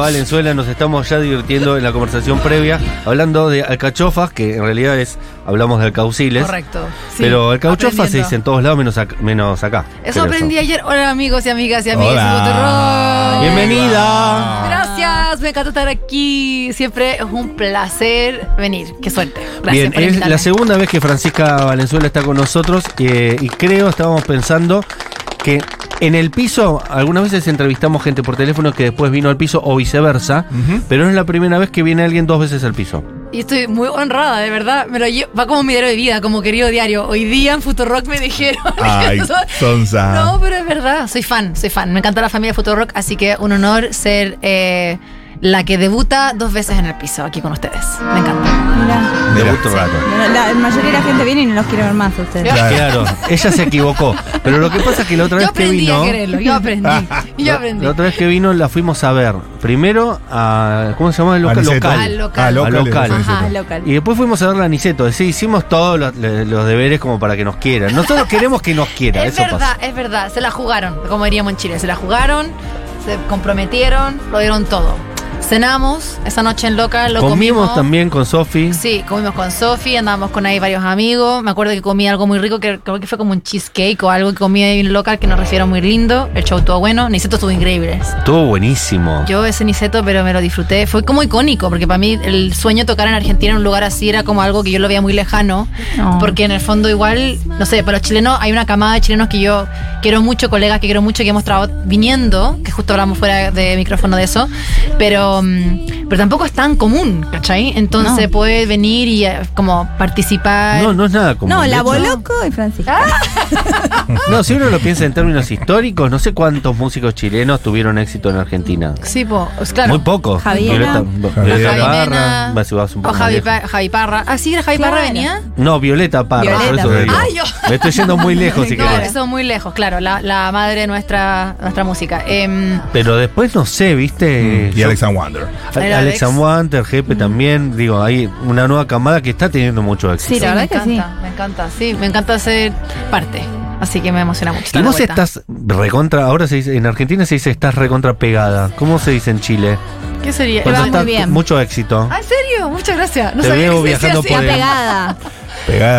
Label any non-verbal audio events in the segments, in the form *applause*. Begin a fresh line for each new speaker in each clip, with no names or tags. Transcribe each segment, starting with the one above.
Valenzuela, nos estamos ya divirtiendo en la conversación previa, hablando de alcachofas, que en realidad es, hablamos de alcauciles.
Correcto. sí,
Pero alcachofas se
aprendiendo.
dice en todos lados menos, ac- menos acá.
Eso
creo
aprendí
yo.
ayer. Hola amigos y amigas y amigas.
Hola.
Soy Botorrón.
Bienvenida.
Gracias, me encanta estar aquí. Siempre es un placer venir. Qué suerte. Gracias
Bien,
por
es
invitarme.
la segunda vez que Francisca Valenzuela está con nosotros eh, y creo, estábamos pensando que en el piso, algunas veces entrevistamos gente por teléfono que después vino al piso o viceversa,
Ujú.
pero es la primera vez que viene alguien dos veces al piso.
Y estoy muy honrada, de verdad. Me lo llevo- va como mi diario de vida, como querido diario. Hoy día en Futurock me dijeron. *laughs* que
Ay,
soy-
Ah.
Sonsa.
No, pero es verdad. Soy fan, soy fan. Me encanta la familia Futurock, así que un honor ser eh, la que debuta dos veces en el piso aquí con ustedes. Me encanta.
Mira,
De
Mira.
gusto rato.
la, la mayoría de la gente viene y no los quiere ver más a ustedes.
Claro.
Claro, ella se equivocó. Pero lo que pasa es que la otra
Yo
vez que
aprendí
vino. Ah,
a quererlo, yo aprendí. Yo
la-
aprendí.
La otra vez que vino la fuimos a ver. Primero a. ¿Cómo se llama el local?
Aniceto.
Local.
Al local.
Ah, local.
Al local.
Aniceto.
Ajá,
Al local.
Y después fuimos a ver la Niceto. Sí, hicimos todos los, los deberes como para que nos quieran. Nosotros queremos que nos quieran,
es
eso
verdad,
pasa.
es verdad. Se la jugaron, como diríamos en Chile. Se la jugaron, se comprometieron, lo dieron todo. Cenamos esa noche en Loca, lo
Comimos también con Sofi.
Sí, comimos con Sofi, andábamos con ahí varios amigos. Me acuerdo que comí algo muy rico, que creo que fue como un cheesecake o algo que comí ahí en Local que nos refiero muy lindo. El show estuvo bueno, Niceto estuvo increíble.
Estuvo buenísimo.
Yo ese Niceto, pero me lo disfruté. Fue como icónico, porque para mí el sueño de tocar en Argentina en un lugar así era como algo que yo lo veía muy lejano.
No.
Porque en el fondo igual, no sé, para los chilenos hay una camada de chilenos que yo quiero mucho, colegas que quiero mucho, que hemos trabajado viniendo, que justo hablamos fuera de micrófono de eso, pero, mm, pero tampoco es tan común, ¿cachai? Entonces
No.
puedes venir y eh, como participar.
No, no es nada común.
No,
De
la
hecho,
Boloco y Francisca.
Ah,
No, si uno lo piensa en términos históricos, no sé cuántos músicos chilenos tuvieron éxito en Argentina.
Sí, po, es claro.
Muy poco.
Javiera.
Violeta,
Javiera.
Violeta Parra.
Mena,
Vas y vas un
o
poco más
Javi,
lejos.
Pa- Javi Parra. Ah, sí, era Javi Parra
Claro.
venía.
No, Violeta Parra,
Violeta.
por eso te digo.
Ah, yo.
Me estoy yendo muy lejos si
no,
querés.
eso muy lejos, claro, la, la madre de nuestra, nuestra música. Em,
Pero después no sé, ¿viste?
Mm, Y
Yo-
Alex and Wonder.
Al-
Era
Alex
Alex. Mm.
Wanter, Jepe también. Digo, hay una nueva camada que está teniendo mucho éxito.
Sí, la
me
verdad que sí.
encanta, me encanta, sí, me encanta ser parte. Así que me emociona mucho. estar
Y
de
vos
vuelta.
estás recontra, ahora se dice, en Argentina se dice estás recontra pegada. ¿Cómo se dice en Chile?
¿Qué sería?
Cuando
Ah,
está
muy bien.
mucho éxito.
Ah, ¿en serio? Muchas gracias. No
Te
sabía
veo
que se decía
viajando
así.
por el-
Pegada.
Pegada,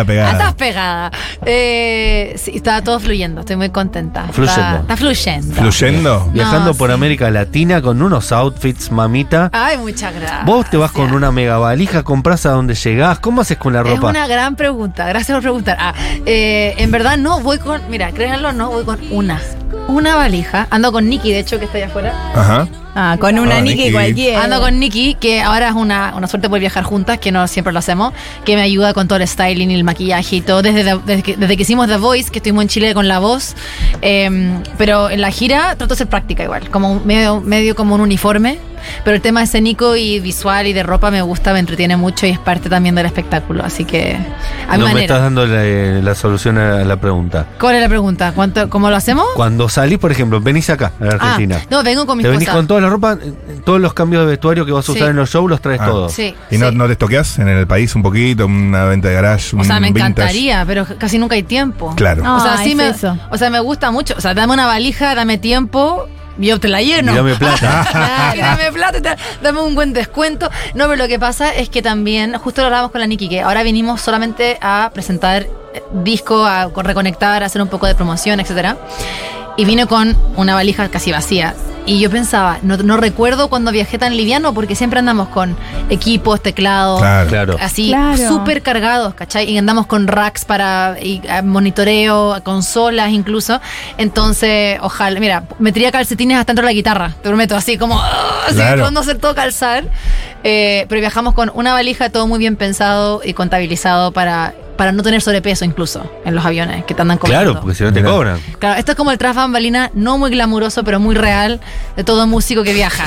Ah, Estás
pegada.
pegada. Eh, sí, está todo fluyendo, estoy muy contenta. Está-
Fluyendo.
Está, fluyendo.
Fluyendo.
Viajando
No,
por
sí.
América Latina con unos outfits, mamita.
Ay, muchas Ah, gracias.
Vos te vas con una mega valija, compras a donde llegás. ¿Cómo haces con la
Es
ropa?
una gran pregunta, gracias por preguntar. Ah, eh, en verdad no voy con, mira, créanlo, no voy con una. Una valija. Ando con Nicky, de hecho, que está allá afuera.
Ajá.
Ah, con una
Ah,
Niki
Niki.
cualquiera.
Ando con Nikki, que ahora es una, una suerte por viajar juntas, que no siempre lo hacemos, que me ayuda con todo el styling y el maquillaje y todo, desde, The- desde, que, desde que hicimos The Voice, que estuvimos en Chile con la voz. em, pero en la gira trato de ser práctica igual, como un- medio, medio como un uniforme. Pero el tema escénico y visual y de ropa me gusta, me entretiene mucho y es parte también del espectáculo. Así que, a mi
no me estás
manera.
dando la, la solución a la pregunta.
¿Cuál es la pregunta? ¿Cuánto, ¿Cómo lo hacemos?
Cuando salís, por ejemplo, venís acá, a la Argentina.
Oh. Ah, no, vengo con mi
Te venís
esposa.
con toda la ropa, eh, todos los cambios de vestuario que vas a usar
Sí.
en los shows los traes
Ah.
todos.
Sí,
¿Y no,
sí.
no te toqueás en el país un poquito? Una venta de garage, un
O sea, me
vintage?
encantaría, pero casi nunca hay tiempo.
Claro.
No.
O sea,
Ah,
sí
es
me,
eso.
o sea, me gusta mucho. O sea, dame una valija, dame tiempo y yo te la lleno.
Y dame
*laughs*
plata.
Claro, y dame plata, y tal, dame un buen descuento. No, pero lo que pasa es que también, justo lo hablábamos con la Nikki, que ahora vinimos solamente a presentar eh, disco, a co- reconectar, a hacer un poco de promoción, etcétera. Y vine con una valija casi vacía. Y yo pensaba, no, no recuerdo cuando viajé tan liviano, porque siempre andamos con equipos, teclados,
Claro.
Claro.
así
Claro.
súper cargados, ¿cachai? Y andamos con racks para y, eh, monitoreo, consolas incluso. Entonces, ojalá, mira, metería calcetines hasta dentro de la guitarra, te prometo, así como, ¡ah! así
Claro.
tratando de hacer todo calzar. Eh, pero viajamos con una valija, todo muy bien pensado y contabilizado para, para no tener sobrepeso incluso en los aviones que te andan comiendo.
Claro, pues. porque si no te
Mirá.
cobran.
Claro, esto es como el tras bambalina, no muy glamuroso, pero muy real, de todo músico que viaja,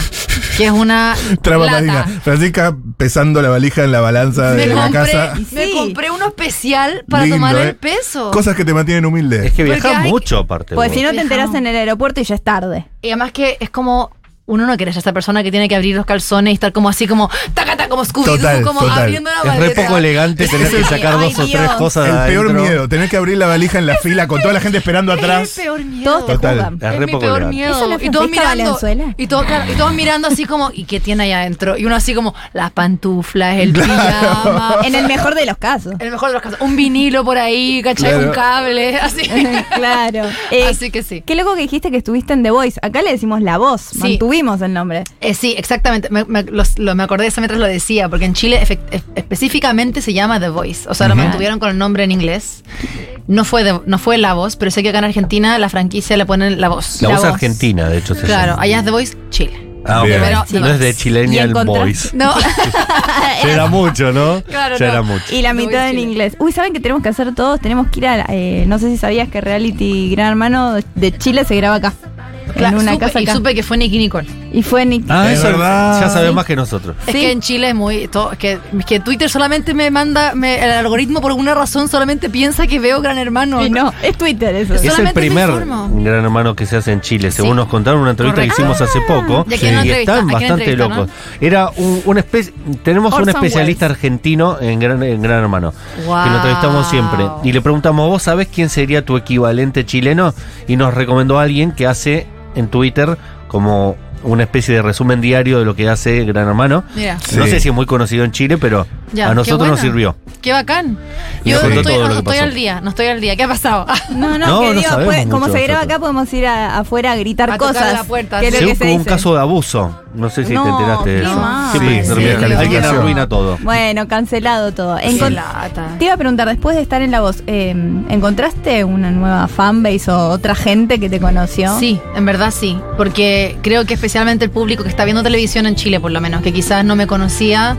que es una
Traba
lata.
Marina. Francisca pesando la valija en la balanza
Me
de la
compré,
casa.
me
Sí.
compré uno especial para
Lindo,
tomar
¿eh?
el peso.
Cosas que te mantienen humilde.
Es que
Porque
viajas
hay- pues
mucho aparte.
Porque
vos.
si no te
Dejamos.
enteras en el aeropuerto y ya es tarde.
Y además que es como uno no quiere ser esa persona que tiene que abrir los calzones y estar como así como taca taca como Scooby-Doo,
Total,
como
total.
abriendo una
Es re
maleta.
poco elegante tener que
*laughs* Sí,
sacar
ay,
dos o
Dios.
tres cosas.
El
de
peor
adentro.
miedo, tener que abrir la valija en la fila con toda la gente
*laughs*
esperando
Es
atrás.
el peor miedo.
Todos te
Total.
juzgan.
Es
Es
re
mi
poco
peor
elegante.
¿Esa es
miedo.
la
Y todos
Francisca
mirando.
Valenzuela?
Y, todo- claro, y todos mirando así como, ¿y qué tiene ahí adentro? Y uno así como, las pantuflas, el
Claro.
pijama.
En el mejor de los
*laughs*
casos.
En el mejor de los casos. Un vinilo por ahí, ¿cachai?
Claro.
Un cable, *laughs* así.
claro. Eh,
Así que sí.
Qué loco que dijiste que estuviste en The Voice. Acá le decimos la voz.
Sí.
Mantuvimos el nombre.
Eh, sí, exactamente. Me, me- los- lo- me acordé de eso mientras lo decía, porque en Chile efect- es- específicamente se llama The Voice. O sea, lo
Ujú.
mantuvieron con el nombre en inglés. No fue, The- no fue La Voz, pero sé que acá en Argentina la franquicia le ponen La Voz.
La voz
La voz.
argentina, de hecho. se
Claro,
llama.
allá es The Voice, Chile.
Ah, ok.
Bien.
Pero The
No es de
Voice.
Chilenial
Y en contra-
Boys.
*laughs*
*laughs*
No.
Ya era mucho, ¿no?
Claro,
ya
no.
era mucho.
Y la
The
mitad
Voice
en
Chile.
inglés. Uy, ¿saben qué tenemos que hacer todos? Tenemos que ir a. la- eh, no sé si sabías que Reality Gran Hermano de Chile se graba acá.
Claro,
en una
supe-
casa
y
acá.
supe que fue Nicky Nicole.
Y fue Nick.
Ah,
Es
eso
verdad.
ya sabe
Sí.
más que nosotros.
Es
Sí.
que en Chile es muy. todo- es que, es que Twitter solamente me manda. me- el algoritmo, por alguna razón, solamente piensa que veo Gran Hermano.
Y no, es Twitter eso.
Es-
Es el
Solamente me
primer
informo.
gran hermano que se hace en Chile, según nos contaron en una entrevista que
Correcto.
hicimos hace poco.
¿Y a quién no entrevista?
están
¿A quién
bastante
entrevista,
locos. Era un, una especie. Tenemos un
Orson
especialista argentino en Gran, en Gran Hermano. Que
Wow.
lo entrevistamos siempre. Y le preguntamos, ¿vos sabés quién sería tu equivalente chileno? Y nos recomendó a alguien que hace en Twitter como una especie de resumen diario de lo que hace Gran Hermano.
Mira.
No
Sí.
sé si es muy conocido en Chile, pero
Ya,
a
qué
nosotros nos
buena.
sirvió.
Qué bacán.
Y
Yo
nos
no
contó
estoy,
todo
no
lo que
estoy
pasó.
al día, no estoy al día. ¿Qué ha pasado? Ah.
No, no,
No,
que
no
digo,
sabemos
pues, como
mucho
se graba
nosotros.
acá, podemos ir a- afuera a gritar
A tocar
cosas.
la puerta,
que es
sí.
lo
Se
que se
hubo un
dice.
caso de abuso. No sé si
No,
te enteraste de
qué
eso.
mal.
Siempre
Sí,
termina
sí,
calificando. alguien
calificación.
arruina todo.
Bueno, cancelado todo. En
Qué
con-
lata.
Te iba a preguntar, después de estar en La Voz, eh, ¿encontraste una nueva fanbase o otra gente que te conoció?
Sí, en verdad sí, porque creo que especialmente el público que está viendo televisión en Chile, por lo menos, que quizás no me conocía,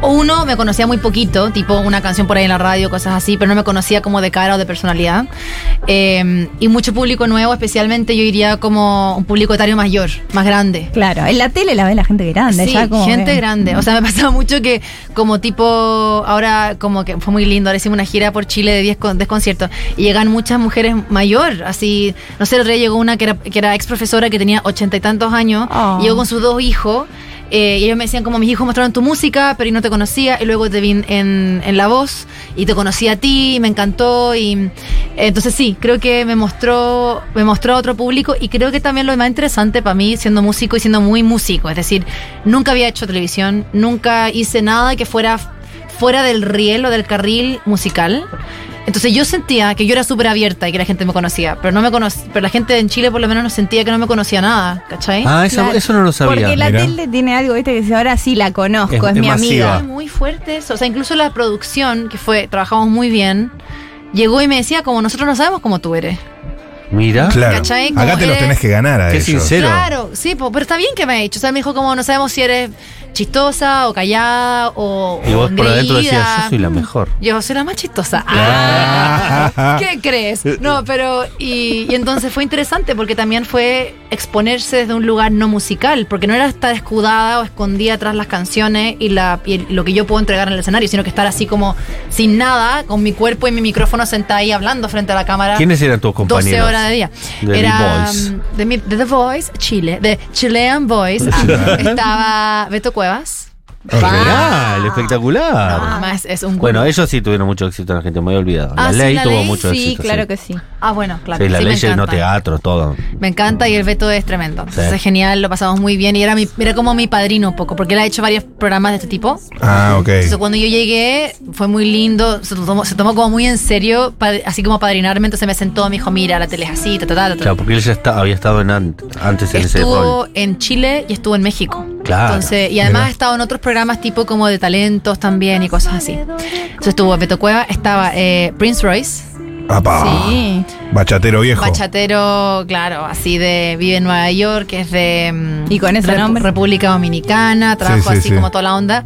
o uno me conocía muy poquito, tipo una canción por ahí en la radio, cosas así, pero no me conocía como de cara o de personalidad. Eh, y mucho público nuevo, especialmente yo diría como un público etario mayor, más grande.
Claro, en la tele la ve la gente grande,
Sí,
ya como
gente
que-
grande. O sea, me pasaba mucho que como tipo, ahora como que fue muy lindo, ahora hicimos una gira por Chile de 10 con- 10 conciertos y llegan muchas mujeres mayor, así, no sé, el otro día llegó una que era, que era ex profesora que tenía ochenta y tantos años,
Oh.
y llegó con sus dos hijos. eh, y ellos me decían como mis hijos mostraron tu música, pero yo no te conocía, y luego te vi en, en La Voz, y te conocí a ti, y me encantó, y eh, entonces sí, creo que me mostró, me mostró a otro público, y creo que también lo más interesante para mí, siendo músico y siendo muy músico, es decir, nunca había hecho televisión, nunca hice nada que fuera fuera del riel o del carril musical. Entonces yo sentía que yo era súper abierta y que la gente me conocía, pero no me conoc- pero la gente en Chile por lo menos no sentía que no me conocía nada, ¿cachai?
Ah, eso,
Claro.
eso no lo sabía.
Porque la
Mirá.
tele tiene algo, viste, que dice, ahora sí la conozco,
Es-
es,
es
mi
masiva.
Fue
amiga.
muy fuerte eso. O sea, incluso la producción, que fue, trabajamos muy bien, llegó y me decía, como nosotros no sabemos cómo tú eres.
Mira.
Claro.
¿Cachai? Como
Acá te los
eres-
tenés que ganar a
Qué
ellos.
sincero. Pero-
Claro, sí, po, pero está bien que me ha dicho. O sea, me dijo como no sabemos si eres chistosa o callada o...
Y
o
vos por adentro
engreída.
decías, yo soy la mejor.
Yo soy la más chistosa.
Ah.
¿Qué
*laughs*
crees? No, pero. Y, y entonces fue interesante porque también fue exponerse desde un lugar no musical, porque no era estar escudada o escondida tras las canciones y, la, y el- lo que yo puedo entregar en el escenario, sino que estar así como sin nada, con mi cuerpo y mi micrófono sentada ahí hablando frente a la cámara.
¿Quiénes eran tus compañeros?
12 horas de día.
De The
Era,
Voice.
mm, de, mi- de The Voice, Chile, de
*laughs*
Chilean Voice. estaba Beto Cuevas.
Ok.
General, espectacular.
No, mamá, es, es un
Ah. Bueno, ellos sí tuvieron mucho éxito en Argentina, me había olvidado. La
Ah, sí,
ley
la
tuvo
ley,
mucho
Sí,
éxito.
claro que sí.
Ah, bueno, claro.
Sí, la
sí, me
ley llenó
encanta.
teatro, todo.
Me encanta y el Beto es tremendo. Entonces,
Sí.
Es genial, lo pasamos muy bien y era, mi, era como mi padrino un poco, porque él ha hecho varios programas de este tipo.
Ah, ok.
Entonces cuando yo llegué fue muy lindo, se tomó, se tomó como muy en serio, pa- así como padrinarme, entonces me sentó, me dijo, mira, la tele es así, ta, ta, ta, ta, ta".
Claro, porque él ya está- había estado en an- antes en ese
Estuvo
rol.
en Chile y estuvo en México.
Claro.
Entonces, y además
Mirá.
ha estado en otros programas tipo como de talentos también y cosas así. Entonces estuvo Beto Cueva, estaba eh, Prince Royce,
Apá.
Ah,
Sí.
Bachatero viejo.
Bachatero, claro, así de vive en Nueva York, que es de mm,
Y con ese nombre.
República Dominicana, trabajo
sí,
así
sí.
como toda la onda.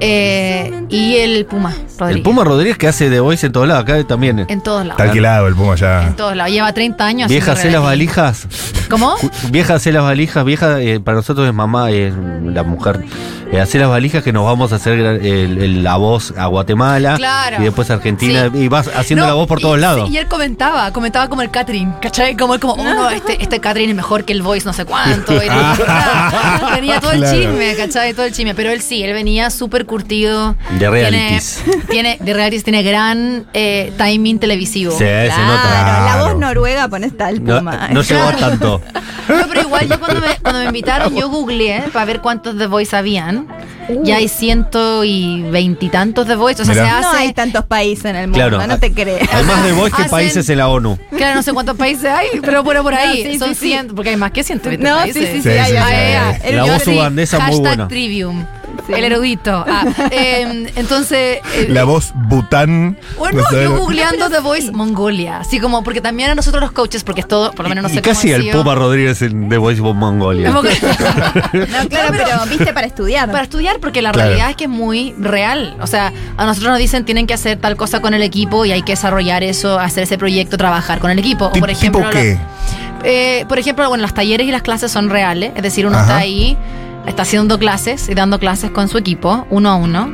eh, y el Puma Rodríguez.
El Puma Rodríguez que hace de voice en todos lados, acá también. eh.
En todos
Está
lados.
alquilado el Puma ya.
En todos lados. Lleva 30 años.
Vieja,
haciendo
hacé las
reality.
valijas.
¿Cómo?
Cu- Vieja, hacé las valijas. Vieja, eh, para nosotros es mamá, es la mujer. Eh, hacé las valijas que nos vamos a hacer gra- el- el- la voz a Guatemala.
Claro.
Y después a Argentina.
Sí.
Y vas haciendo
No,
la voz por
y-
todos
sí,
lados.
Y él comentaba, comentaba como el catering, ¿cachai? Como él como, oh no, este, este catering es mejor que el voice no sé cuánto.
*laughs*
y-
Ah,
tenía todo
claro.
el chisme, ¿cachai? Todo el chisme. Pero él sí, él venía súper curtido.
De realities.
*laughs* Tiene, tiene- de realities, tiene gran eh, timing televisivo.
Sí, se
Claro.
nota.
Claro, la voz
Claro.
noruega pones tal
No,
puma. *laughs*
no llegó a tanto.
No, pero igual yo cuando me, cuando me invitaron, yo googleé para ver cuántos The Voice habían.
Uh.
Y hay ciento y veintitantos The Voice. O sea,
Mirá.
se
No
hace.
hay tantos países en el mundo,
Claro.
no te crees.
Además de voz que
Hacen-
países en la ONU.
Claro, no sé cuántos países hay, pero por, por ahí.
*laughs* No, sí,
Son
sí, sí.
100, porque hay más que 120
No, sí,
países.
sí, sí,
Sí,
hay,
sí,
hay,
Ah,
sí,
hay,
sí.
hay. El
La voz
Jordi-
ugandesa muy
Hashtag
buena.
Trivium.
Sí.
El erudito. Ah, eh, entonces. eh,
La voz Bután.
bueno,
no sé,
yo googleando The Voice Mongolia. Así como, porque también a nosotros los coaches, porque es todo, por lo menos no
Y
sé cómo
casi
ha
el
sido.
Puma Rodríguez en The Voice of Mongolia.
Como que- *laughs*
No, claro, pero, viste para estudiar.
Para estudiar, porque la
Claro.
realidad es que es muy real. O sea, a nosotros nos dicen tienen que hacer tal cosa con el equipo y hay que desarrollar eso, hacer ese proyecto, trabajar con el equipo. O
Ti-
por ejemplo,
¿Tipo qué?
Eh, por ejemplo, bueno, los talleres y las clases son reales, es decir, uno
Ajá.
está ahí, está haciendo clases y dando clases con su equipo, uno a uno.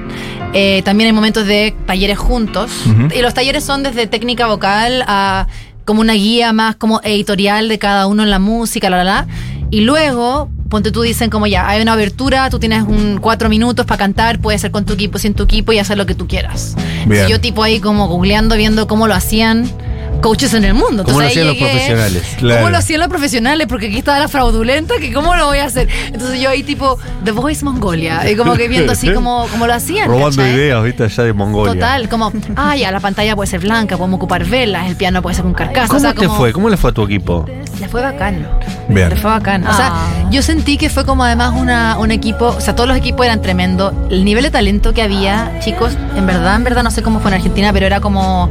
Eh, también hay momentos de talleres juntos.
Ujú.
Y los talleres son desde técnica vocal a como una guía más como editorial de cada uno en la música, la, la, la. Y luego, ponte tú, dicen como ya, hay una abertura, tú tienes un cuatro minutos para cantar, puedes ser con tu equipo, sin tu equipo y hacer lo que tú quieras.
Bien.
Y yo tipo ahí como googleando, viendo cómo lo hacían coaches en el mundo.
Como lo
Entonces, ahí
hacían los
llegué-
profesionales.
Claro.
¿Cómo lo hacían los profesionales? Porque aquí estaba la fraudulenta, que cómo lo voy a hacer. Entonces yo ahí tipo, The Voice Mongolia, y como que viendo así como, como lo hacían.
Robando
¿cachai?
ideas, viste, allá de Mongolia.
¿eh? Total, como, ah, ya, la pantalla puede ser blanca, podemos ocupar velas, el piano puede ser con carcasa.
¿Cómo
o sea,
te
como-
fue? ¿Cómo le fue a tu equipo?
Le fue bacán.
Bien.
Le fue bacán. O sea,
Ah.
yo sentí que fue como además una, un equipo, o sea, todos los equipos eran tremendo. El nivel de talento que había, chicos, en verdad, en verdad, no sé cómo fue en Argentina, pero era como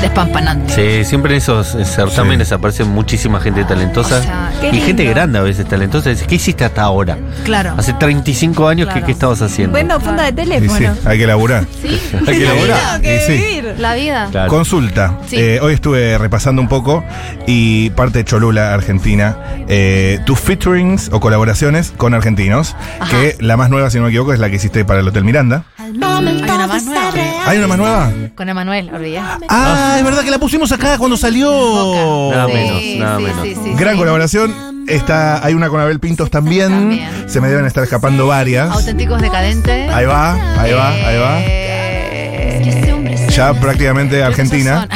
despampanante.
Sí, siempre en esos certámenes aparece muchísima gente talentosa
O sea,
qué
y
lindo.
gente grande a veces talentosa. Dices, ¿Qué hiciste hasta ahora?
Claro.
Hace 35 años que
Claro.
¿qué estabas haciendo.
Bueno, funda de
Y sí,
teléfono.
hay que laburar.
Hay que
Sí,
laburar.
Y sí.
La vida.
Claro.
Consulta.
Sí.
Eh, hoy estuve repasando un poco y parte de Cholula, Argentina. Eh, tus featurings o colaboraciones con argentinos, que la más nueva, si no me equivoco, es la que hiciste para el Hotel Miranda.
Hay una más nueva.
¿Hay una más nueva?
Con Emanuel, olvidé.
Ah, es verdad que la pusimos acá cuando salió.
Nada
Sí,
menos, nada
sí,
menos.
sí, sí,
Gran
sí.
colaboración. Está, hay una con Abel Pintos también.
También.
Se me deben estar escapando varias.
Auténticos decadentes. Eh,
Ahí va, ahí va, ahí va.
va.
Ya prácticamente Argentina.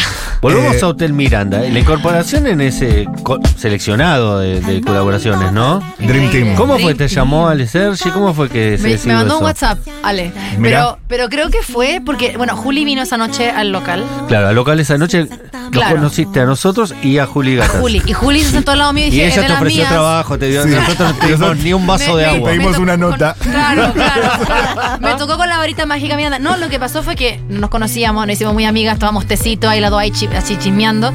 Volvemos
Eh,
a Hotel Miranda. ¿eh? La incorporación en ese co- seleccionado de, de colaboraciones, ¿no?
Dream Team.
¿Cómo fue? ¿Te llamó Ale Sergi? ¿Cómo fue que se
Me, me
decidió
mandó un
eso?
WhatsApp, Ale.
Mirá.
Pero, pero creo que fue porque, bueno, Juli vino esa noche al local.
Claro, a local esa noche lo
Claro.
conociste a nosotros y a Juli Gatas.
Juli. Y Juli se sentó al lado mío y
Y
dije, "Es
ella
de
te
las
ofreció
mías".
trabajo, te dio,
Sí.
nosotros no te dimos
*laughs* Nosotros-
ni un vaso
Me-
de
me-
agua.
me
Pedimos
tocó
una
con-
nota.
claro,
*laughs*
claro, claro. Me tocó con la varita mágica Miranda. No, lo que pasó fue que nos conocíamos, nos hicimos muy amigas, tomábamos tecito, ahí la dos ahí chi- así chismeando.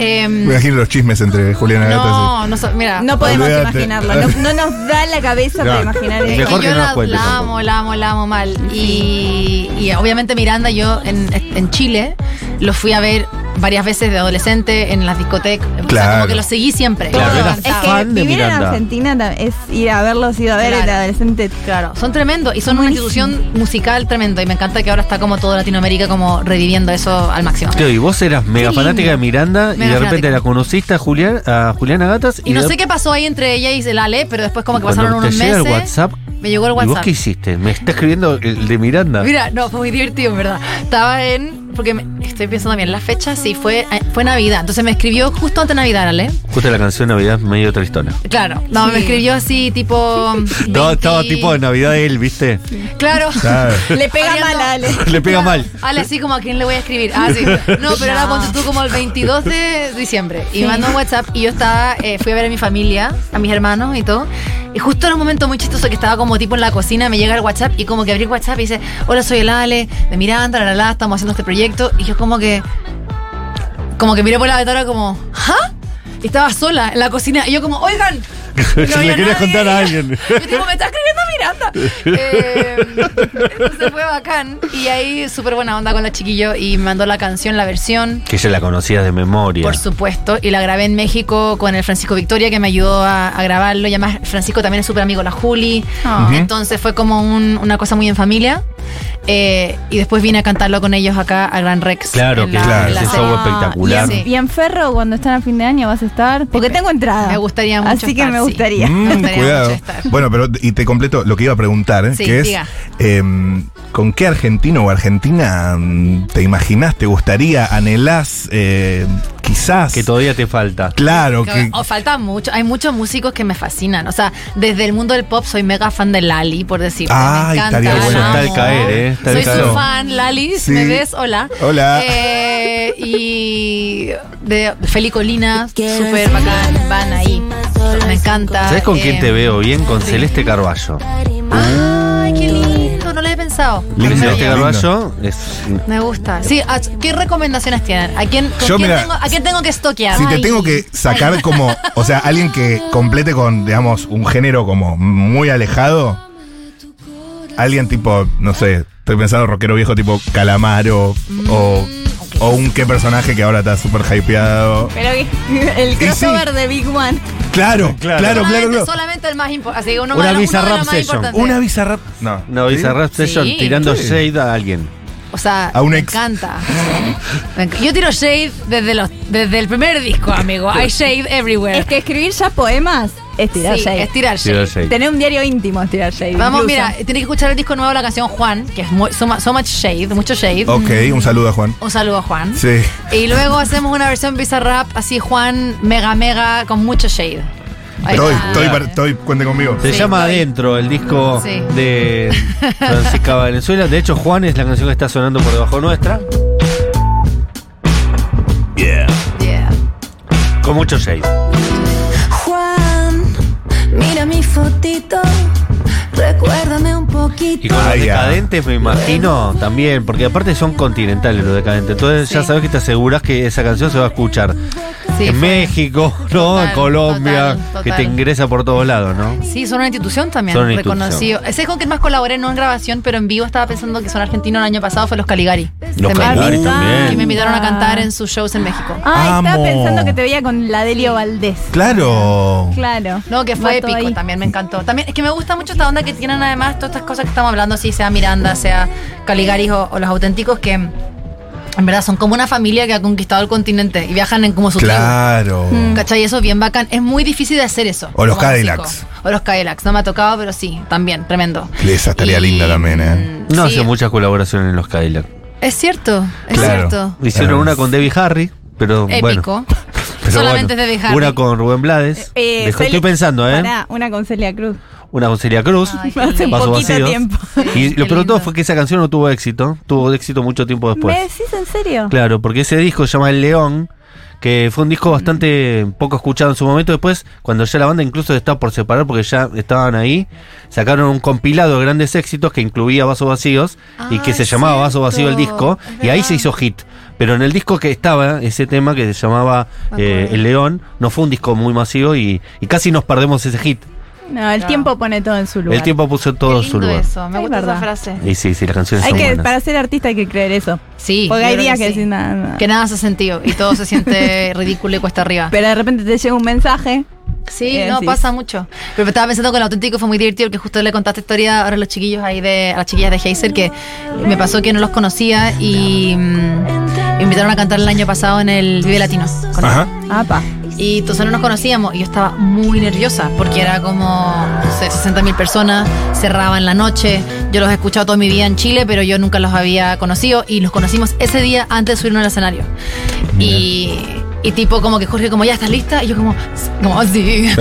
Em,
Me imagino los chismes entre Juliana Gatas
no, no, so- mira.
No podemos
Olvídate.
imaginarlo. No, no nos da la cabeza
No.
para imaginar
Eh,
eso.
Mejor
y
que
yo
no nos
la,
cuentes
la
tampoco.
amo, la amo, la amo mal. Y, y obviamente Miranda, yo en, en Chile lo fui a ver varias veces de adolescente en las discotecas. O sea,
Claro.
como que lo seguí siempre.
Claro,
Todo
era
avanzaba.
Es que
fan de
vivir en
Miranda.
Argentina ta- es ir a verlos, ido a ver
Claro.
el adolescente.
Claro, son tremendos y son una
Buenísimo.
institución musical tremenda y me encanta que ahora está como toda Latinoamérica como reviviendo eso al máximo.
Claro, y vos eras mega
lindo.
fanática de Miranda y
Mega
de repente
fanática.
la conociste a, Julián, a Juliana Gatas.
Y no
de-
sé qué pasó ahí entre ella y el Ale, pero después como que
cuando
pasaron unos
te llega
meses.
el WhatsApp.
Me llegó el
¿Y vos
WhatsApp.
qué hiciste? Me está escribiendo el de Miranda.
Mira, no, fue muy divertido, en verdad. Estaba en. Porque me- estoy pensando bien, la fecha sí fue, eh, fue Navidad. Entonces me escribió justo antes de Navidad, Ale.
Justo la canción Navidad medio tristona.
Claro. No,
Sí.
me escribió así tipo.
No,
20.
estaba tipo de Navidad él, ¿viste?
Claro. *laughs*
Claro.
Le pega
Abriendo-
mal a Ale.
Le pega mal.
Ale, así como a quién le voy a escribir. Ah, sí. No, pero era
No.
ponte tú como el 22 de diciembre. Y
Sí.
me mandó un WhatsApp y yo estaba, eh, fui a ver a mi familia, a mis hermanos y todo. Y justo en un momento muy chistoso que estaba como tipo en la cocina, me llega el WhatsApp y como que abrí el WhatsApp y dice, hola, soy el Ale, de Miranda, la, la, la, estamos haciendo este proyecto. Y yo como que, como que miré por la ventana como, ¿ah? Y Estaba sola en la cocina y yo como, oigan, No
le
había
querías
nadie.
contar a alguien.
*laughs* Yo tipo, me está escribiendo Miranda. Eh, entonces fue bacán. Y ahí súper buena onda con la chiquillo y me mandó la canción, la versión.
Que yo la conocía de memoria.
Por supuesto, y la grabé en México con el Francisco Victoria, que me ayudó a, a grabarlo. Y además, Francisco también es súper amigo de la Juli.
Ah.
Entonces fue como un- una cosa muy en familia. Eh, y después vine a cantarlo con ellos acá a Gran Rex.
Claro,
en
que
la-
claro,
en la
es un
serie.
show
Ah,
espectacular.
Y
Sí.
en, y en Ferro, cuando están a fin de año, vas a estar. Porque tengo entrada.
Me gustaría mucho
Así que
estar,
me
sí.
gustaría.
Mm,
Me gustaría
cuidado.
mucho estar.
Bueno, pero y te completo lo que iba a preguntar, ¿eh?
Sí,
que es
diga.
em, ¿con qué argentino o argentina mm, te imaginás, te gustaría, anhelás, eh, quizás?
Que todavía te falta.
Claro,
Que-
que
O faltan Oh, mucho, hay muchos músicos que me fascinan. O sea, desde el mundo del pop soy mega fan de Lali, por decirte. me
Ay,
encanta.
estaría
la
bueno.
amo.
Está al caer, ¿eh? Está al
soy
caer.
su fan, Lali,
Sí.
¿me ves? Hola.
Hola.
Eh, y de Feli Colina, súper bacán, van ahí. Me encanta.
¿Sabes con
Eh,
quién te veo bien? Con Celeste Carballo.
Ay, qué lindo, no lo he pensado.
Lindo.
Celeste
Lindo.
Carballo es.
Me gusta. Sí, ¿a- ¿qué recomendaciones tienen? ¿A quién, con
Yo,
quién
mira,
tengo, ¿a quién tengo que estoquear?
si te tengo que sacar como, o sea, alguien que complete con, digamos, un género como muy alejado, alguien tipo, no sé, estoy pensando rockero viejo tipo Calamaro o, o un qué personaje que ahora está súper hypeado.
Pero que- *laughs* el crossover de Big One.
Claro, claro, claro,
solamente,
claro.
solamente el más importante. Así que uno,
Una
de los- uno de
Bizarrap
los más
Session.
importantes.
Una bizarra. No,
No,
¿Sí?
Bizarrap Session
Sí.
tirando
Sí.
shade a alguien.
O sea,
A un
me
ex.
encanta. Me enc- Yo tiro shade desde, los, desde el primer disco, amigo. Hay shade everywhere.
Es que escribir ya poemas es tirar
Sí,
shade.
es tirar
Tirando
shade.
shade.
Tener un diario íntimo es tirar shade.
Vamos,
incluso.
mira, tenés que escuchar el disco nuevo de la canción Juan, que es muy- so, mu- so much shade, mucho shade.
Ok, un saludo a Juan.
Un saludo a Juan.
Sí.
Y luego hacemos una versión bizarrap, así Juan, mega, mega, con mucho shade. Ahí
Estoy,
está.
estoy, par- estoy, cuente conmigo.
Se
Sí,
llama
estoy-
Adentro, el disco
Sí. *laughs*
de Francisca Valenzuela. De hecho, Juan es la canción que está sonando por debajo nuestra.
Yeah.
Con mucho shade.
Juan, mira mi fotito, recuérdame un
Y
poquito.
con los
Ay, ya.
decadentes me imagino también, porque aparte son continentales los decadentes. Entonces
Sí.
ya sabes que te aseguras que esa canción se va a escuchar
Sí,
en
fue-
México, ¿no?
Total,
en Colombia,
total,
que te
total.
ingresa por todos lados, ¿no?
Sí, son una institución también,
Son una
reconocido. Ese es con que más colaboré, no en grabación, pero en vivo estaba pensando que son argentinos el año pasado, fue los Caligari.
Los
De
Caligari
Medellín,
también.
Que me invitaron a cantar en sus shows en México.
Ah,
Amo.
estaba pensando que te veía con la Delio Valdés.
Claro.
Claro.
No, que
Va
fue
todo
épico
ahí.
también, me encantó. También es que me gusta mucho esta onda que tienen además todas estas cosas que estamos hablando, si sea Miranda, sea Caligaris o, o los auténticos que en verdad son como una familia que ha conquistado el continente y viajan en como su tribu.
Claro.
¿Cachai? Eso es bien bacán. Es muy difícil de hacer eso.
O los
como músico.
Cadillacs.
O los Cadillacs. No me ha tocado, pero sí, también, tremendo.
Esa estaría linda también, ¿eh?
mm,
No
sí,
hace muchas colaboraciones en los Cadillac.
Es cierto, es
Claro.
cierto.
Hicieron
Claro.
una con Debbie Harry, pero bueno.
Épico.
*laughs* Pero
Solamente
bueno,
es de dejar.
Una con Rubén Blades.
Eh,
Dejó-
Celi-
estoy pensando, ¿eh?
Pará, una con Celia Cruz. *laughs*
Una con Celia Cruz.
Ay, qué
Hace
lindo.
Vasos
poquito
vacíos.
tiempo.
Y lo
Qué
peor de todo
lindo.
fue que esa canción no tuvo éxito. Tuvo éxito mucho tiempo después.
¿Me decís en serio?
Claro, porque ese disco se llama El León, que fue un disco bastante poco escuchado en su momento. Después, cuando ya la banda incluso estaba por separar, porque ya estaban ahí, sacaron un compilado de grandes éxitos que incluía Vasos Vacíos y
Ah,
que se
es
llamaba Vaso
cierto,
Vacío el disco.
es
Y ahí
verdad.
se hizo hit. Pero en el disco que estaba, ese tema que se llamaba
Me
eh,
acuerdo.
El León, no fue un disco muy masivo y, y casi nos perdemos ese hit.
No, el
No.
tiempo pone todo en su lugar.
El tiempo puso
Qué
todo en
lindo
su lugar.
eso, me
Es
gusta
verdad.
esa frase.
Y sí, sí, las canciones
Hay
son
que,
buenas.
para ser artista hay que creer eso.
Sí.
Porque
yo
hay
creo
días que,
sí.
decís nada, nada.
Que nada hace sentido y todo se
*laughs*
siente ridículo y cuesta arriba.
Pero de repente te llega un mensaje.
sí,
eh,
no,
sí.
pasa mucho. Pero estaba pensando que el auténtico fue muy divertido, que justo le contaste historia ahora a los chiquillos ahí de, a las chiquillas de Heiser, que me pasó que no los conocía y mm, me invitaron a cantar el año pasado en el Vive Latino. con
Ajá.
Apa.
Y entonces no nos conocíamos y yo estaba muy nerviosa porque era como, no sé, 60 mil personas, cerraban la noche. Yo los he escuchado toda mi vida en Chile, pero yo nunca los había conocido y los conocimos ese día antes de subirnos al escenario. Y, y tipo como que Jorge como, ¿ya estás lista? Y yo como, "Sí", como "Ah, sí.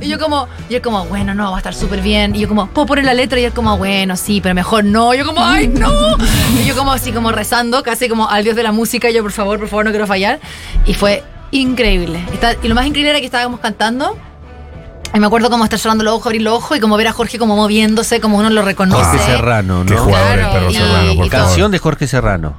Y yo como, y él como, bueno, no, va a estar súper bien. Y yo como, ¿puedo poner la letra? Y él como, bueno, sí, pero mejor no. Y yo como, ¡ay, no! Y yo como así, como rezando, casi como al dios de la música. Y yo, por favor, por favor, no quiero fallar. Y fue increíble. Está- y lo más increíble era que estábamos cantando. Y me acuerdo como estar cerrando los ojos, abrir los ojos y como ver a Jorge como moviéndose, como uno lo reconoce.
Jorge Serrano,
Qué
¿no?
jugadores,
Claro,
perro
y-
serrano, por
y
favor.
Canción de Jorge Serrano.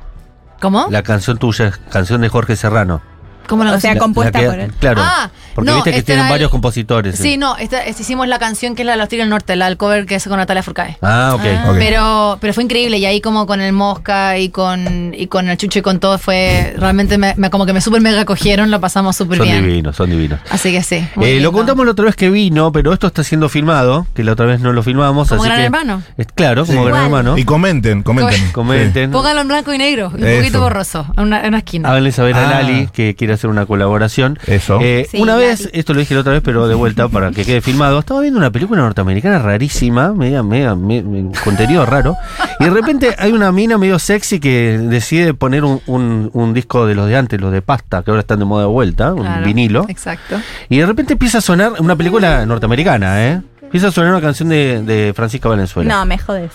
¿Cómo?
La canción tuya es canción de Jorge Serrano.
¿Cómo la
O sea,
canción?
compuesta
que-
por él.
Claro.
Ah,
Porque
No,
viste que
este
tienen
era el-
varios compositores. eh.
Sí, no, esta, esta hicimos la canción que es la de los Tigres del Norte, la del cover que es con Natalia Furcae.
Ah, ok.
Ok.
Pero, pero fue increíble y ahí como con el Mosca y con, y con el Chucho y con todo fue realmente me- me- como que me super mega cogieron, lo pasamos súper
Son
bien.
divinos, son divinos.
Así que sí. muy
Eh, lo
lindo.
contamos la otra vez que vino, pero esto está siendo filmado, que la otra vez no lo filmamos.
Como
así
Gran
que-
Hermano.
Es, claro, como
Sí.
Gran Hermano.
Y comenten, comenten.
Comenten.
Póngalo en blanco y negro, y un
Eso.
poquito borroso, en una, en una esquina.
Háganle saber a
Ah.
Lali que quiere hacer una colaboración.
Eso.
Eh,
Sí,
una
Lali.
vez, esto lo dije la otra vez, pero de vuelta para que quede filmado. Estaba viendo una película norteamericana rarísima, media, media, me- me- contenido raro. Y de repente hay una mina medio sexy que decide poner un, un- un disco de los de antes, los de pasta, que ahora están de moda de vuelta, un
Claro,
vinilo.
Exacto.
Y de repente empieza a sonar una película norteamericana, ¿eh? Empieza a sonar una canción de, de Francisca Valenzuela.
No, me jodes.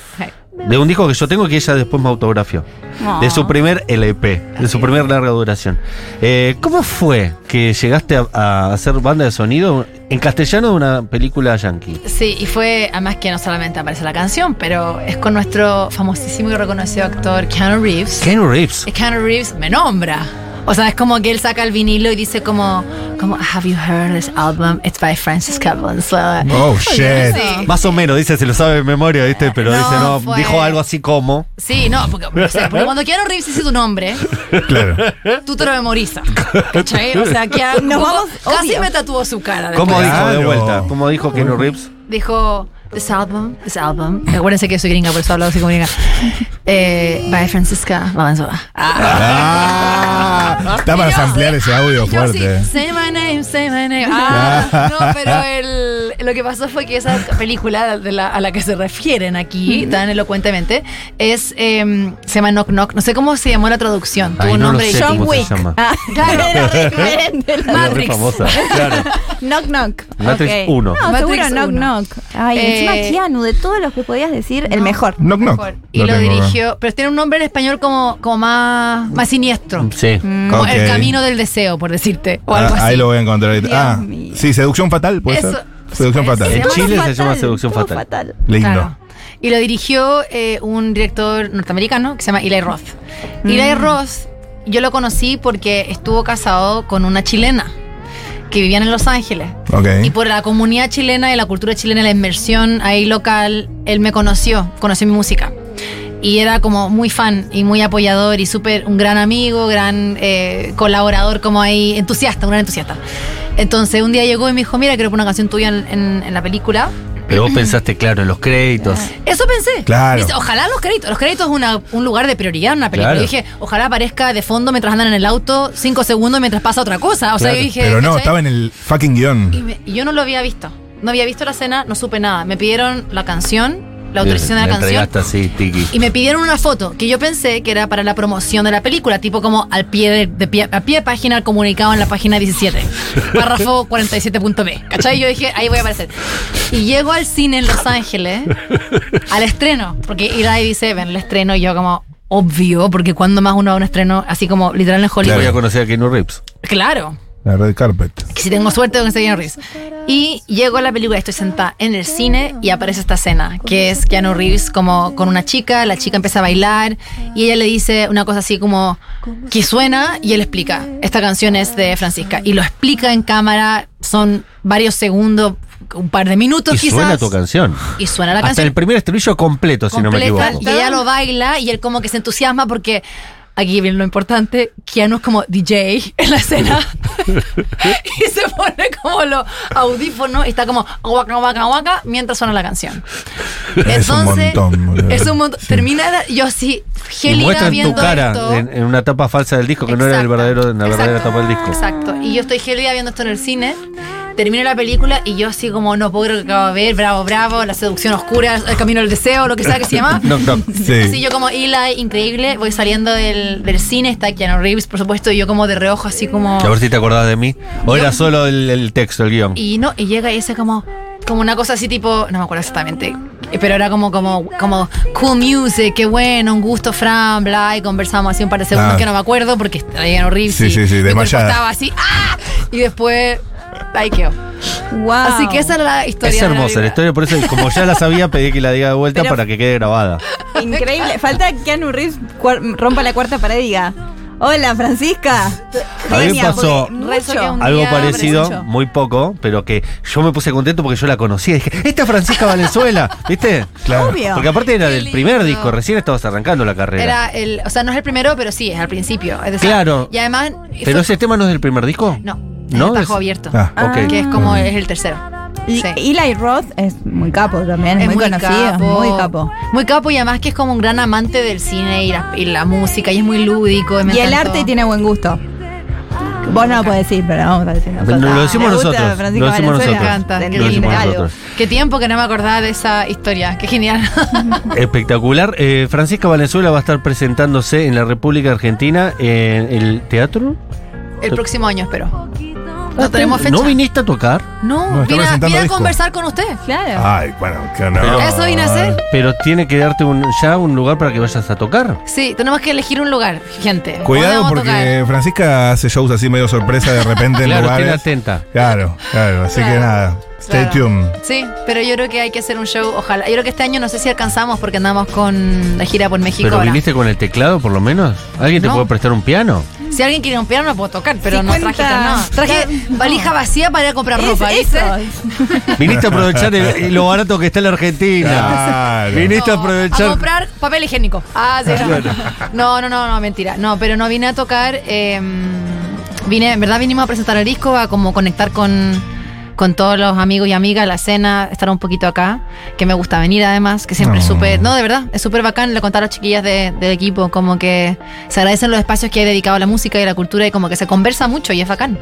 De un disco que yo tengo que ella después me autografió.
No.
De
Ah.
su primer LP, de su primer larga duración. Eh, ¿Cómo fue que llegaste a, a hacer banda de sonido en castellano de una película yankee?
Sí, y fue, además que no solamente aparece la canción, pero es con nuestro famosísimo y reconocido actor Keanu Reeves.
Ken Reeves.
Y Keanu Reeves me nombra. O sea, es como que él saca el vinilo y dice como, como Have you heard this album? It's by Francisca Valenzuela.
Oh, shit.
Sí.
Más o menos, dice, se lo sabe de memoria, ¿viste? Pero
No,
dice, no,
fue-
dijo algo así como.
Sí, no, porque, o sea, porque cuando Keanu Reeves dice tu nombre,
Claro.
tú te lo memorizas. ¿Cachai? O sea, Keanu
Nos vamos,
casi
obvio.
me tatuó su cara. después.
¿Cómo dijo
Claro.
de vuelta? ¿Cómo dijo Ken Reeves?
Dijo, this album, this album. Acuérdense que soy gringa, por eso hablo así como gringa. Eh, by Francisca Valenzuela.
Ah, está para
Yo-
ampliar ese
Yo
audio
sí,
fuerte. ¿eh?
say my name, say my
*laughs*
name. Ah, no, pero el- lo que pasó fue que esa película de la- a la que se refieren aquí tan elocuentemente es em, se llama Knock Knock. No sé cómo se llamó la traducción.
Ay,
Tuvo un
no lo
nombre
sé
John
cómo se
Wick.
llama.
Ah,
*laughs* Claro.
era diferente la-
Era re
Matrix. *laughs*
famosa, claro.
Knock knock.
Matrix
Ok.
uno.
No,
Matrix
seguro knock
uno.
knock. Ay,
Eh,
encima Keanu, de todos los que podías decir, el mejor.
Knock, knock.
Y
Lo
lo
tengo acá.
dirigió, pero tiene un nombre en español como, como más, más siniestro. Mm,
Sí.
Como
Mm. Ok.
El camino del deseo, por decirte. O algo
Ah,
así.
Ahí lo voy a encontrar. ahorita.
Dios
ah,
mío.
sí, seducción fatal, puede
Eso.
ser. Seducción
Puede
fatal.
ser.
En
Todo
Chile se llama
fatal,
Seducción
todo
fatal.
Lindo.
Claro. Y lo dirigió eh, un director norteamericano que se llama Eli Roth. Eli Roth, yo lo conocí porque estuvo casado con una chilena que vivían en Los Ángeles. Y pues
Ok.
por la comunidad chilena y la cultura chilena, la inmersión ahí local, él me conoció, conoció mi música. Y era como muy fan y muy apoyador y súper un gran amigo, gran eh, colaborador, como ahí, entusiasta, un gran entusiasta. Entonces un día llegó y me dijo, mira, quiero poner una canción tuya en- en- en la película.
Pero vos pensaste, claro, en los créditos.
Eso pensé.
Claro.
Dice, ojalá los créditos. Los créditos es una- un lugar de prioridad en una película.
Claro.
Yo dije, ojalá aparezca de fondo mientras andan en el auto, cinco segundos mientras pasa otra cosa. O sea,
Claro.
yo dije.
Pero no,
¿cachai?
estaba en el fucking
Y,
guión.
me- y yo no lo había visto. No había visto la escena, no supe nada. Me pidieron la canción, la autorización de la canción.
entregaste así, tiki.
Y me pidieron una foto que yo pensé que era para la promoción de la película, tipo como al pie de, de pie, a pie de página, el comunicado en la página 17, párrafo 47.b. ¿Cachai? Yo dije, ahí voy a aparecer. Y llego al cine en Los Ángeles, al estreno, porque Eli dice, ven, el estreno, y yo como, obvio, porque cuando más uno va a un estreno, así como literal en Hollywood.
Voy a conocer a Ken Reeves.
claro
La red carpet.
que si tengo suerte con Keanu Reeves. Y llego a la película, estoy sentada en el cine y aparece esta escena, que es Keanu Reeves como con una chica, la chica empieza a bailar y ella le dice una cosa así como que suena y él explica, esta canción es de Francisca y lo explica en cámara, son varios segundos, un par de minutos
Y
quizás.
suena tu canción.
Y suena la
Hasta
canción
el primer estribillo completo, si no me
completa,
equivoco.
y ella lo baila y él como que se entusiasma porque aquí viene lo importante, Keanu es como DJ en la
*laughs*
escena y se pone como los audífonos y está como guaca guaca guaca mientras suena la canción.
Es un montón, boludo.
Es un montón.
Sí.
Termina la- yo
Y
así gélida
muestran tu
viendo esto.
cara en, en una tapa falsa del disco que no era el
Exacto,
verdadero, en la verdadera
exacto,
tapa del disco.
Exacto. Y yo estoy gélida viendo esto en el cine. Termino la película y yo así como no puedo creer lo que acabo de ver, bravo, bravo, la seducción oscura, el camino del deseo, lo que sea que se llama.
Knock,
*laughs*
knock.
Sí.
Así yo como Eli, increíble, voy saliendo del, del cine, está Keanu Reeves, por supuesto, y yo como de reojo así como...
A ver si te acordás de mí. O era solo el, el texto, el guión.
Y no, y llega y dice como, como una cosa así tipo, no me acuerdo exactamente, pero era como, como, como, cool music, qué bueno, un gusto, Fran, bla, y conversamos así un par de segundos
Ah.
que no me acuerdo porque traían horrible.
Sí, sí, sí, desmayada.
Estaba así, ¡ah! Y después, ahí quedó.
Wow.
Así que esa es la historia.
Es
de la
hermosa la
vida.
historia, por eso, como ya la sabía, pedí que la diga de vuelta
Pero-
*laughs*
*laughs*
para que quede grabada.
Increíble. Falta que Keanu Reeves cuar- rompa la cuarta pared y diga, Hola, Francisca.
A mí me
Genia,
pasó
porque mucho.
Un
Algo
día
parecido,
apareció.
muy poco, pero que yo me puse contento porque yo la conocía. Dije, esta es Francisca Valenzuela, ¿viste?
Claro.
Obvio.
Porque aparte era del
Qué
primer
lindo.
disco, recién estabas arrancando la carrera.
Era el, o sea, no es el primero, pero sí, es al principio. Es decir,
Claro.
Y además.
¿Pero
fue-
ese tema no es del primer disco?
No,
¿No?
no. Tajo
Es-
abierto.
Ah,
ok.
Que es como es el tercero.
Y-
Sí.
Eli Roth es muy capo también, es muy, conocido, es muy capo.
Muy capo y además que es como un gran amante del cine y la, y la música y es muy lúdico. me
Y el
encantó.
arte tiene buen gusto. Vos no lo podés decir, pero vamos a decir nosotros.
Lo decimos
¿Te gusta
nosotros,
Francisco
lo decimos
Me
Valenzuela?
nosotros.
encanta,
Del
qué
Lo
Lin
decimos
lindo.
Galo.
nosotros.
Qué tiempo que no me acordaba de esa historia, qué genial. *laughs*
Espectacular. Eh, Francisca Valenzuela va a estar presentándose en la República Argentina en el teatro.
el próximo año espero. No tenemos fecha.
¿No viniste a tocar?
No, vine,
No, está
a-
presentando
vine a
disco.
conversar con usted.
Claro.
Ah.
Ay, bueno, que no.
Pero-
Eso vine a hacer.
Pero tiene que darte un, ya un lugar para que vayas a tocar.
Sí, tenemos que elegir un lugar, gente. ¿Dónde
Cuidado
vamos a
porque Francisca hace shows así medio sorpresa de repente en
Claro, estén
lugares.
atenta.
Claro, claro. Así
Claro,
que nada, stay
claro.
tuned.
Sí, pero yo creo que hay que hacer un show, ojalá. Yo creo que este año no sé si alcanzamos porque andamos con la gira por México
¿Pero
ahora.
viniste con el teclado por lo menos? ¿Alguien te
No.
puede prestar un piano?
Si alguien quiere un piano, lo puedo tocar, pero no traje
50.
nada. No. Traje valija vacía para ir a comprar
Es
ropa, ¿viste?
eso. *laughs*
Viniste a aprovechar
*laughs*
el- lo barato que está en la Argentina.
Claro.
Viniste a
No, A
aprovechar.
comprar papel higiénico. Ah, sí, no. no, no, no, no, mentira. No, pero no vine a tocar. eh, vine, en verdad vinimos a presentar el disco, a como conectar con, con todos los amigos y amigas, la cena, estar un poquito acá, que me gusta venir además, que siempre es
No.
súper. No, de verdad, es súper bacán. Le contar a las chiquillas de- del equipo, como que se agradecen los espacios que he dedicado a la música y a la cultura y como que se conversa mucho y es bacán.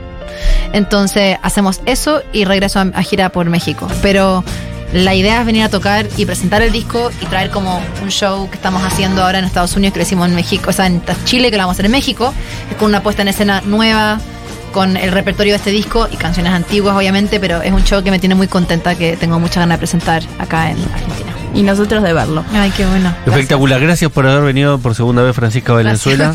Entonces hacemos eso y regreso a, a gira por México. Pero la idea es venir a tocar y presentar el disco y traer como un show que estamos haciendo ahora en Estados Unidos, que lo hicimos en México, o sea, en Chile, que lo vamos a hacer en México, con una puesta en escena nueva, con el repertorio de este disco y canciones antiguas, obviamente, pero es un show que me tiene muy contenta, que tengo muchas ganas de presentar acá en Argentina.
Y nosotros de verlo.
Ay, qué bueno. *laughs*
Espectacular. Gracias por haber venido por segunda vez, Francisca Valenzuela.